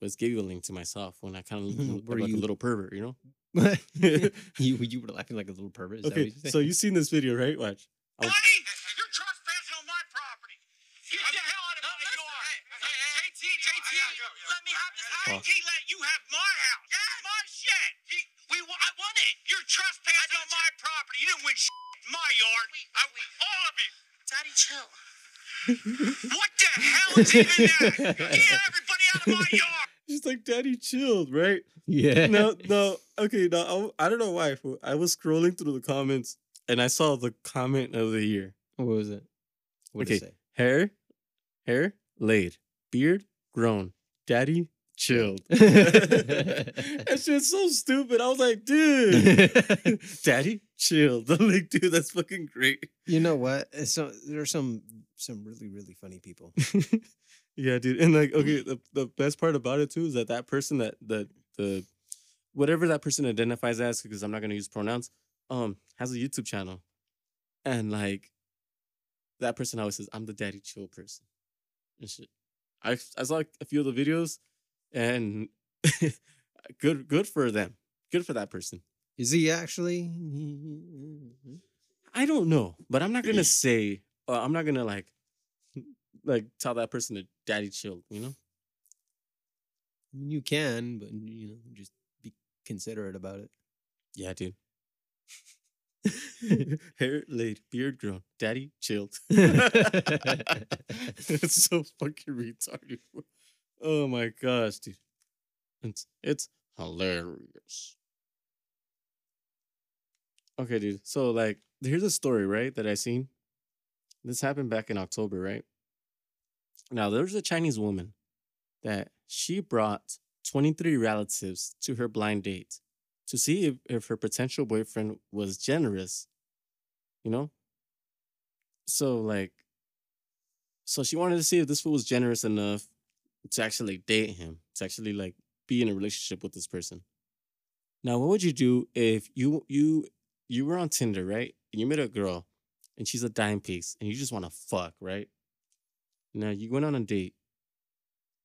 was giggling to myself when I kind of looked
[LAUGHS] Were
like
you-
a little pervert, you know.
you
okay,
you were laughing like a little pervert. Is that what [LAUGHS] you
so you've seen this video, right? Watch. I was-
Buddy, you're trespassing on my property. Get the hell out of my yard. JT, JT, let me have this
Oh.
house. JT let you have my house. My shit. He, we, wa- I want it. You're trespassing on my property. I want all of you. Daddy, chill. [LAUGHS] What the hell is even
[LAUGHS]
that? Get everybody out of my yard.
She's like, Daddy, chilled,
[LAUGHS]
right?
Yeah.
No, no. Okay, no. I, I don't know why. fool. I was scrolling through the comments and I saw the comment of the year.
What was it? What did it say?
Hair, hair laid, beard grown, daddy
[LAUGHS]
chilled. [LAUGHS] that shit's so stupid. I was like, dude,
[LAUGHS]
[LAUGHS] daddy chilled. [LAUGHS] I'm like, dude, that's fucking great.
you know what? Uh, So there's some some really really funny people.
[LAUGHS] yeah, dude. And like, okay, the, the best part about it too is that that person that that the whatever that person identifies as, because I'm not gonna use pronouns, um, has a YouTube channel, and like, that person always says, "I'm the daddy chill person," and shit. I I saw a few of the videos, and [LAUGHS] good good for them. Good for that person.
Is he actually? [LAUGHS]
I don't know, but I'm not gonna say. Uh, I'm not gonna like, like tell that person to daddy chill. You know.
You can, but you know, just be considerate
[LAUGHS]
about it.
Yeah, dude. [LAUGHS] Hair laid, beard grown, daddy chilled. [LAUGHS] it's so fucking retarded. bro. Oh my gosh, dude. It's it's hilarious. Okay, dude. So like here's a story, right, that I seen. This happened back in October, right? Now there was a Chinese woman that she brought 23 relatives to her blind date to see if, if her potential boyfriend was generous, you know? So, like, so she wanted to see if this fool was generous enough to actually date him, to actually like be in a relationship with this person. Now, what would you do if you you you were on Tinder, right? And you met a girl and she's a dime piece and you just want to fuck, right? Now you went on a date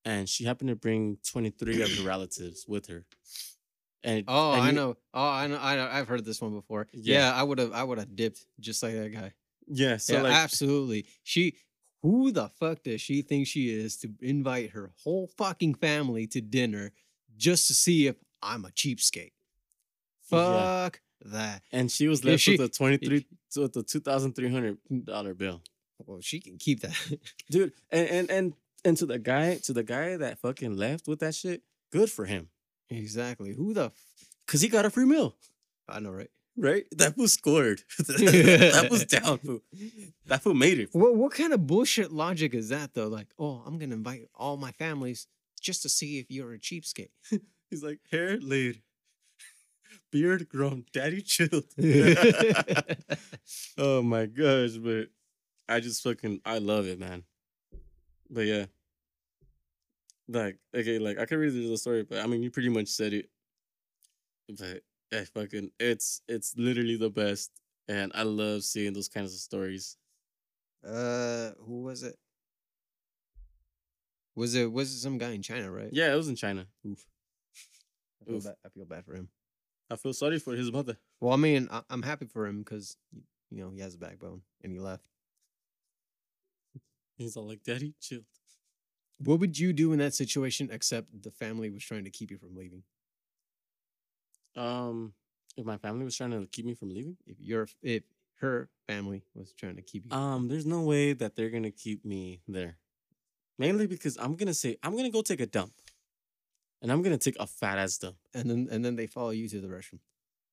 and she happened to bring 23 of her
[CLEARS THROAT]
relatives with her. And
Oh,
and
I
you-
know. Oh, I know. I know. I've heard this one before.
Yeah.
Yeah, I would have. I would have dipped just like that guy.
Yeah, so
yeah,
like
absolutely. She. Who the fuck does she think she is to invite her whole fucking family to dinner just to see if I'm a cheapskate?
Yeah.
Fuck that.
And she was
Yeah,
left
she-
with a twenty three with the two thousand three hundred dollar bill,
Well, she can keep that.
dude. And and and and to the guy to the guy that fucking left with that shit, good for him,
exactly. Who the? F-
cause he got a free meal,
I know, right?
right? That was scored. [LAUGHS] that was down. Fool. That fool made it.
What what kind of bullshit logic is that though? Like, oh, I'm gonna invite all my families just to see if you're a cheapskate.
He's like hair laid, beard grown, daddy [LAUGHS] chilled. Oh my gosh, but I just fucking I love it, man. But yeah. Like, okay, like I could read you the story, but I mean you pretty much said it. But I fucking it's it's literally the best. And I love seeing those kinds of stories.
[LAUGHS] uh, who was it? Was it was it some guy in China, right?
Yeah, it was in China.
Oof. I feel,
Oof.
bad, I feel bad for him.
I feel sorry for his mother.
Well, I mean, I, I'm happy for him because you know he has a backbone and he left.
He's all like, Daddy, chill.
What would you do in that situation except the family was trying to keep you from leaving?
Um, if my family was trying to keep me from leaving,
If your if her family was trying to keep you,
um, there's no way that they're gonna keep me there. Mainly because I'm gonna say I'm gonna go take a dump. And I'm gonna take a fat ass dump.
and then and then they follow you to the restroom.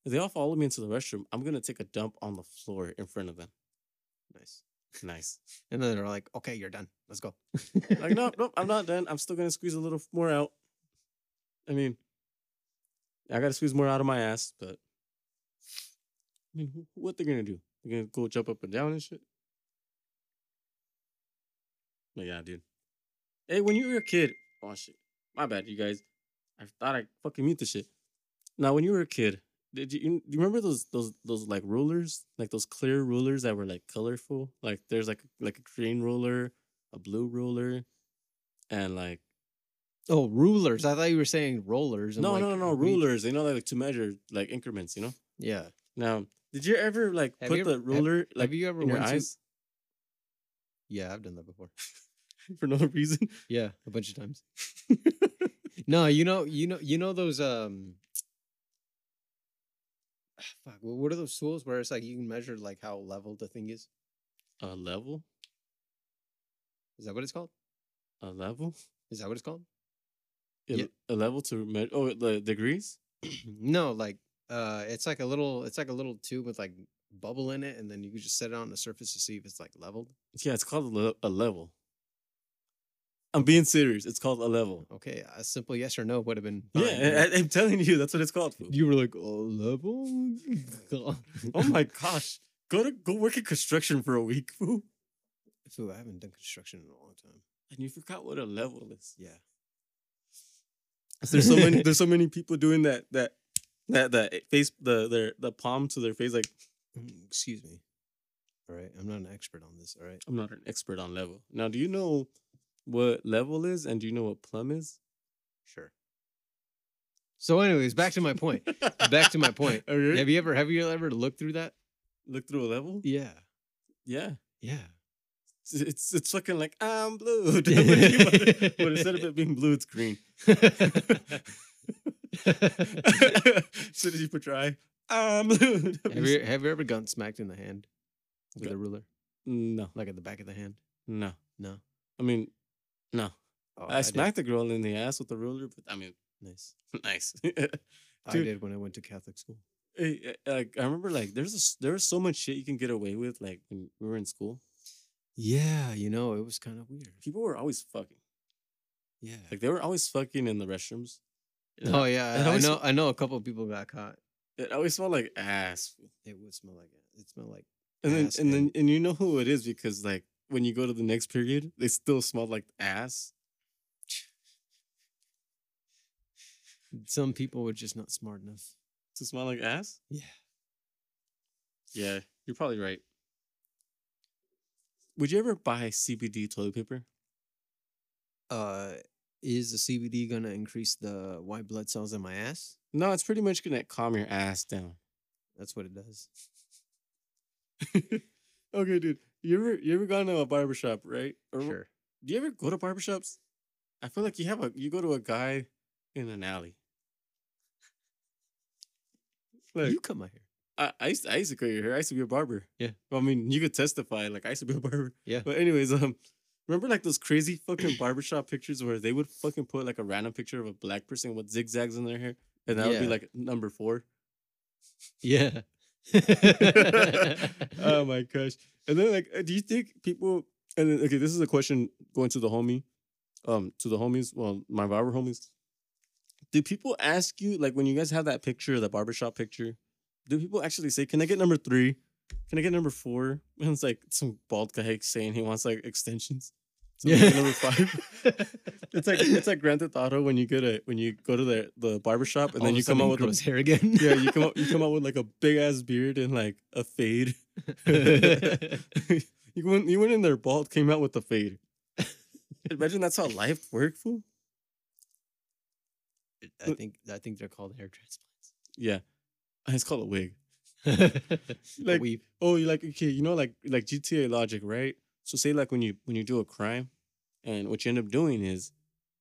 If they all follow me into the restroom, I'm gonna take a dump on the floor in front of them. [LAUGHS]
Nice.
Nice.
And then they're like, okay, you're done. Let's go.
like, no, nope, I'm not done. I'm still gonna squeeze a little f- more out. I mean, I gotta squeeze more out of my ass, but I mean, wh- what they're gonna do? They're gonna go jump up and down and shit. But yeah, dude. Hey, when you were a kid, oh shit, my bad, you guys. I thought I fucking mute the shit. Now, when you were a kid, did you, you do you remember those those those like rulers, like those clear rulers that were like colorful? Like there's like like a green ruler, a blue ruler, and like
[LAUGHS] Oh, rulers. I thought you were saying rollers. I'm
no,
like,
no, no,
"What do you-"
rulers. You know, like to measure like increments. You know.
Yeah.
Now, did you ever like
Have
put
you ever-
the
have-
ruler like
Have you ever
in your
went to-
eyes
Yeah, I've done that before.
for no reason? [LAUGHS]
Yeah, a bunch of times. no, you know, you know, you know those um fuck, wh- what are those tools where it's like you can measure like how level the thing is?
A level?
Is that what it's called?
A level?
Is that what
[CLEARS THROAT]
it's called? [CLEARS THROAT]
A,
Yeah.
a level to measure? Oh, the degrees?
no, like uh, it's like a little, it's like a little tube with like bubble in it, and then you can just set it on the surface to see if it's like leveled.
Yeah, it's called a, le- a level. I'm being serious. It's called a level.
Okay, a simple yes or no would have been. fine,
Yeah,
right?
I, am telling you, that's what it's called. fool.
you were like, oh, level. [LAUGHS]
oh [LAUGHS] my gosh, go to go work in construction for a week, fool.
Fool, I haven't done construction in a long time.
and you forgot what a level is.
Yeah.
[LAUGHS] There's so
[LAUGHS]
many. There's so many people doing that. That that that face the their the palm to their face. Like
Mm, [CLEARS THROAT] Excuse me. All right, I'm not an expert on this. All right.
I'm not an expert on level. Now, do you know what level is, and do you know what plumb is?
Sure. So, anyways, back to my point. [LAUGHS] Back to my point.
[LAUGHS] Okay.
Have you ever have you ever looked through that?
Look through a level.
Yeah.
Yeah,
[LAUGHS] Yeah.
it's it's, it's fucking like I'm
[LAUGHS]
blue, [LAUGHS] but instead of it being blue, it's green. so did you put your eye? I'm blue.
[LAUGHS]
[LAUGHS]
have you have you ever gotten smacked in the hand with
Got-
a ruler,
No,
like at the back of the hand?
no,
No.
I mean, no.
Oh,
I,
did.
smacked the girl in the ass with the ruler, but I mean,
Nice.
nice. [LAUGHS]
I
Dude.
did when I went to Catholic school.
Hey, uh, like I remember, like there's a, s- there was so much shit you can get away with. Like when we were in school,
Yeah, you know it was kind of weird.
people were always fucking.
Yeah.
Like they were always fucking in the restrooms. And
oh
I-
yeah,
and I
I
always-
know. I know a couple of people got caught.
It always smelled like ass.
It would smell like it. It smelled like
And then
Ass
and then
and-
and you know who it is because like when you go to the next period, they still smell like ass.
some people were just not smart enough.
To smell like ass.
Yeah.
Yeah, you're probably right. Would you ever buy CBD toilet paper?
Uh, is the CBD gonna increase the white blood cells in my ass?
No, it's pretty much gonna calm your ass down. [LAUGHS]
That's what it does.
okay, dude. You ever you ever gone to a barbershop, right? Or w-
Sure.
Do you ever go to barbershops? I feel like you have a you go to a guy in an alley. Like
you cut my hair.
I, I used to, I used to cut your hair. I used to be a barber.
Yeah.
Well, I mean, you could testify. Like I used to be a [LAUGHS] barber.
Yeah.
But anyways, um, remember like those crazy fucking barbershop pictures where they would fucking put like a random picture of a black person with zigzags in their hair, and that would be
Yeah.
like number four.
Yeah. [LAUGHS]
oh my gosh. And then like uh, do you think people and then, okay, this is a question going to the homie. Um to the homies, well, my barber homies. Do people ask you like when you guys have that picture, that barbershop picture, do people actually say, Can I get number three? Can I get number four? [LAUGHS] And it's like some bald guy saying he wants like extensions. So yeah. number
[LAUGHS]
five. [LAUGHS] It's like it's like Grand Theft Auto when you get a when you go to the the barbershop and
All
then
of
you
a
come
sudden
out
he
with a
grows hair again.
[LAUGHS] yeah, you come out,
[LAUGHS]
you come out with like a big ass beard and like a fade. [LAUGHS] you went you went in there bald, came out with a fade. [LAUGHS] Imagine that's how life worked, fool.
I think I think they're called hair transplants.
Yeah, it's called a wig.
[LAUGHS] like
Like
we
oh, you like okay, you know like like GTA logic, right? So say like when you when you do a crime, and what you end up doing is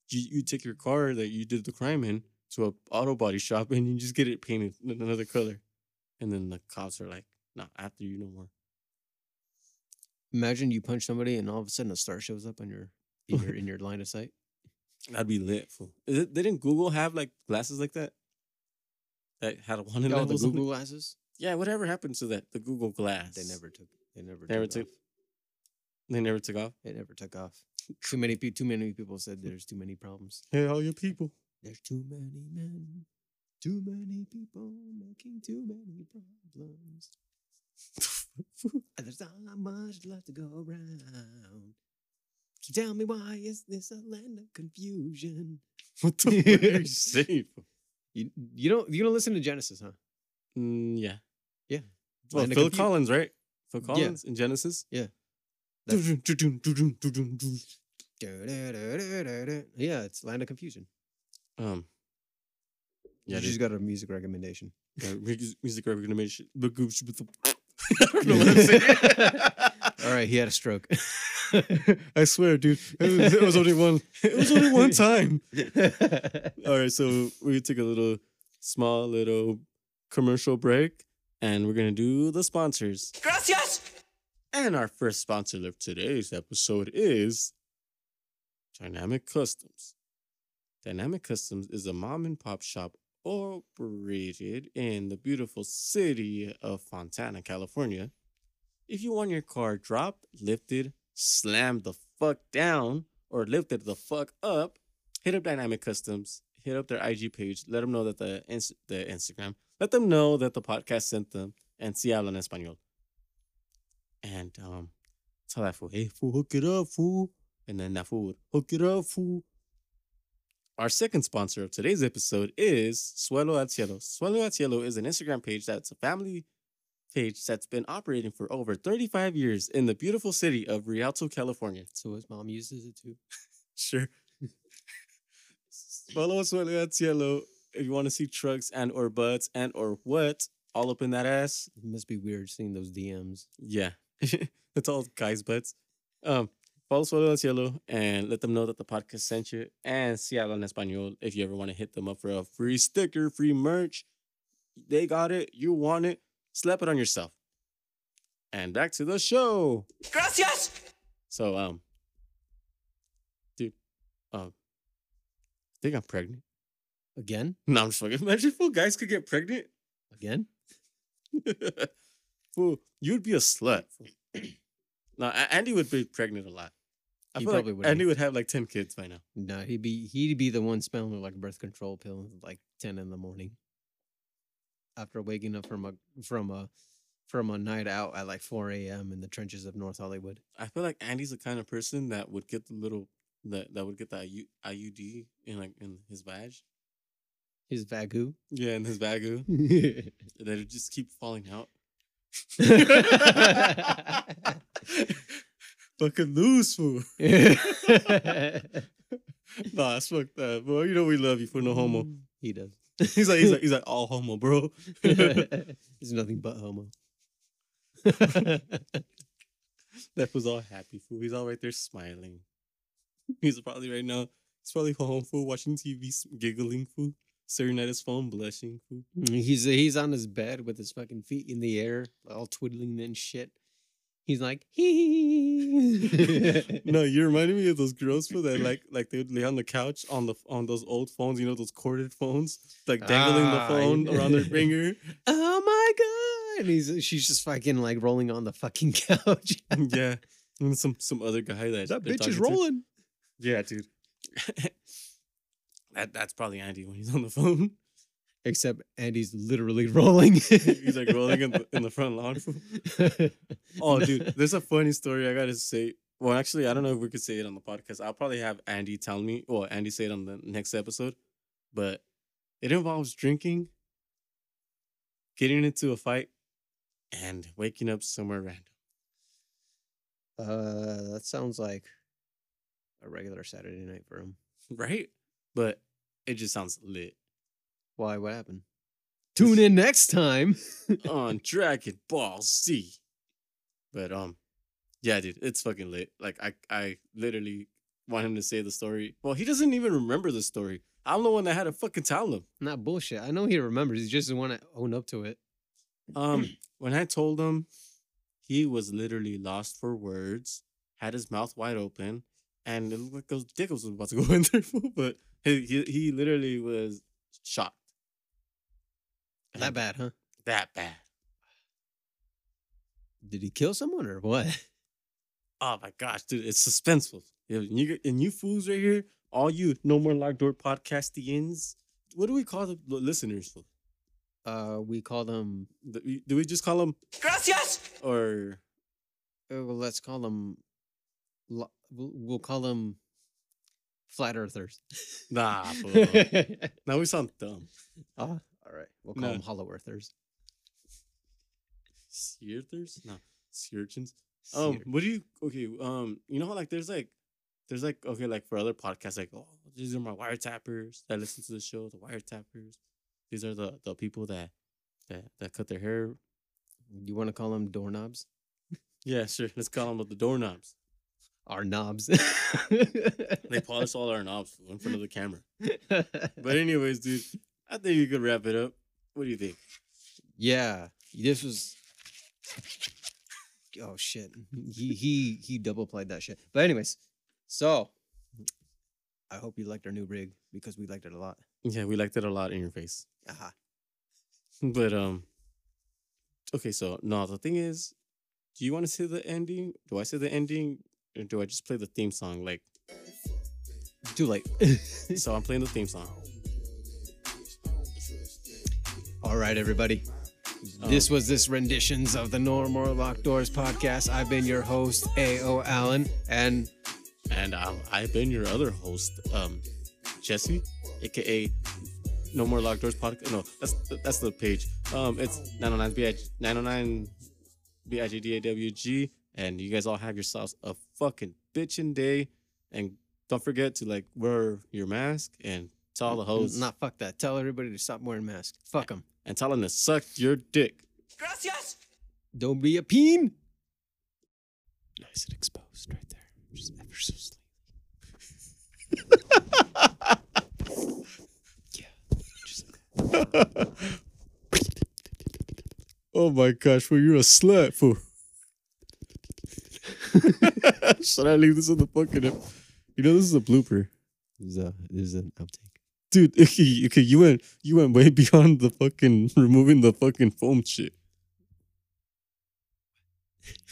you, you take your car that you did the crime in to a auto body shop and you just get it painted in another color, and then the cops are like, "Not after you no more."
imagine you punch somebody and all of a sudden a star shows up on your in
[LAUGHS]
your in your line of sight.
That'd be lit. Fool. Is it- didn't Google have like glasses like that? That had a one in
Oh,
level.
the
something?
Google glasses.
Yeah, whatever happened to that? The Google Glass.
They never took. They never.
They never
took.
took.
off.
They never took off.
It never took off. Too many people. Too many people
Mm.
said there's too many problems.
Hey, all your people.
There's too many men. Too many people making too many problems. [LAUGHS] And There's not much left to go around. So tell me why is this a land of confusion? [LAUGHS]
What the [LAUGHS] fuck [LAUGHS] are you saying? fool?
You you don't you don't listen to Genesis, huh?
Mm, yeah.
Yeah.
Well,
And a
Phil
compu-
Collins, right? Phil
Yeah.
Collins in Genesis.
Yeah. That's-
Um,
Yeah, it's land of confusion.
Um, yeah, uh,
you
dude.
just got a
[LAUGHS]
music recommendation.
Yeah, music- music recommendation. I [LAUGHS] don't know what I'm saying.
[LAUGHS] All right, he had a stroke.
[LAUGHS] I swear, dude. It was, it was only one. It was only [LAUGHS] one time. [LAUGHS] All right, so we take a little, small little commercial break, And we're going to do the sponsors.
Gracias.
And our first sponsor of today's episode is Dynamic Customs. Dynamic Customs is a mom and pop shop operated in the beautiful city of Fontana, California. If you want your car dropped, lifted, slammed the fuck down, or lifted the fuck up, hit up Dynamic Customs, hit up their IG page, let them know that the, ins- the Instagram, let them know that the podcast sent them, and si hablan español. And um, tell that fool, hey, fool, hook it up, fool. And then that fool would hook it up, fool. Our second sponsor of today's episode is Suelo al Cielo. Suelo al Cielo is an Instagram page that's a family page that's been operating for over 35 years in the beautiful city of Rialto, California.
So his mom uses it too.
Sure. Follow us Suelo al Cielo if you want to see trucks and or butts and or what all up in that ass.
It must be weird seeing those DMs.
Yeah. [LAUGHS] That's all guys' butts. Um, follow Suelo al Cielo and let them know that the podcast sent you. And si hablan español if you ever want to hit them up for a free sticker, free merch. They got it. You want it. Slap it on yourself. And back to the show.
Gracias.
So, um, dude, um, I think I'm pregnant. [LAUGHS]
Again?
No, I'm just fucking. Imagine if fool guys could get pregnant.
Again?
fool, you'd be a slut. [CLEARS THROAT] no, A- Andy would be pregnant a lot. I
He
feel
probably
like
would
Andy
be.
would have like ten kids by now.
No, he'd be he'd be the one smelling like a birth control pill at like ten in the morning. After waking up from a from a from a night out at like four AM in the trenches of North Hollywood.
I feel like Andy's the kind of person that would get the little that that would get the IU, IUD in like in his badge.
His vagu.
Yeah, in his bagu. [LAUGHS] that would just keep falling out. [LAUGHS] Fucking loose fool. [LAUGHS] nah, that's fucked up. Well, you know we love you for no homo. [LAUGHS]
He does.
He's like he's like [LAUGHS] he's like all homo, bro.
There's nothing but homo.
That was all happy fool. He's all right there smiling. He's probably right now. He's probably home fool, watching TV, s- giggling fool, staring at his phone, blushing fool.
He's he's on his bed with his fucking feet in the air, all twiddling and shit. He's like, hee.
[LAUGHS] no, you reminded me of those girls fool that like like they would lay on the couch on the on those old phones, you know those corded phones, like dangling the
Ah,
phone around their finger. [LAUGHS]
oh my god! And he's she's just fucking like rolling on the fucking [LAUGHS] couch.
yeah, and some some other guy that they're talking to. Yeah, dude. [LAUGHS] that that's probably Andy when he's on the phone. [LAUGHS]
Except Andy's literally [LAUGHS] rolling.
he's like rolling in the, in the front lawn. fool.
[LAUGHS]
Oh, dude, there's a funny story I gotta say. Well, actually, I don't know if we could say it on the podcast. I'll probably have Andy tell me, or Andy say it on the next episode. But it involves drinking, getting into a fight, and waking up somewhere random. [LAUGHS]
Uh, that sounds like a regular Saturday night for him.
Right? But it just sounds lit
Why? What happened? Tune in next time.
on Dragon Ball Z. But um, yeah, dude, it's fucking lit. Like I, I literally want him to say the story. Well, he doesn't even remember the story. I'm the one that had to fucking tell him.
Not bullshit. I know he remembers. He just doesn't want to own up to it.
Um, when I told him, he was literally lost for words, had his mouth wide open, and it looked like those dickles was about to [LAUGHS] go in there. fool, But he, he he literally was shocked.
That bad, huh?
That bad.
Did he kill someone or what? [LAUGHS]
Oh my gosh, dude, it's suspenseful. Yeah, And you, and you fools right here, all you no more locked door podcastians. What do we call the the listeners? fool?
Uh, we call them.
Do we- do we just call them
Gracias.
or
Uh, well, let's call them. lo- We'll we'll call them flat earthers.
nah? fool.
[LAUGHS] ah,
now we sound dumb.
all right. We'll call
No.
them hollow earthers.
Sea urchins? No, sea urchins. Um,
Seer-
what do you? Okay, um, you know how like there's like, there's like okay, like for other podcasts, like oh, these are my wiretappers that listen to the show, the wiretappers. These are the the people that that that cut their hair.
you want to call them doorknobs?
Yeah, sure. Let's call them the doorknobs.
Our [LAUGHS] knobs.
They polish all our [LAUGHS] knobs in front of the camera. [LAUGHS] But anyways, dude, I think you could wrap it up. What do you think?
yeah. This was. Oh shit. [LAUGHS] He he he double played that shit. But anyways, so I hope you liked our new rig because we liked it a lot.
Yeah, we liked it a lot in your face.
Aha.
But um okay, so no, the thing is, do you want to see the ending? Do I say the ending? Or do I just play the theme song? Like
Too late. [LAUGHS]
so I'm playing the theme song.
All right, everybody. This was this renditions of the No More Locked Doors podcast. I've been your host, A.O. Allen, and
And um, I've been your other host, um, Jesse, aka No More Locked Doors Podcast. No, that's that's the page. Um, it's 909 B I 909 B I G D A W G. And you guys all have yourselves a fucking bitchin' day. And don't forget to like wear your mask and tell all the hoes
not fuck that. Tell everybody to stop wearing masks. Fuck them.
and tell them to suck your dick.
Gracias.
Don't be a peen.
Nice and exposed right there. Just ever so slightly. yeah. Just like that. oh my gosh, well, you're a slut fool. [LAUGHS] Should I leave this in the fucking? You know, this is a blooper,
This is, a, this is an outtake.
dude. [LAUGHS] Okay, okay, you went you went way [LAUGHS] beyond the fucking removing the fucking foam shit. [LAUGHS]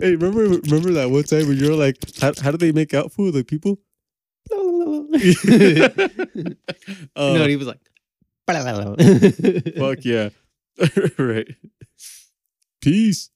hey, remember remember that one time when you were like, how, how do they make out for the
[LAUGHS]
people? [LAUGHS] Oh,
You know,
Uh,
he was like, [LAUGHS]
[LAUGHS] fuck yeah. right. Peace.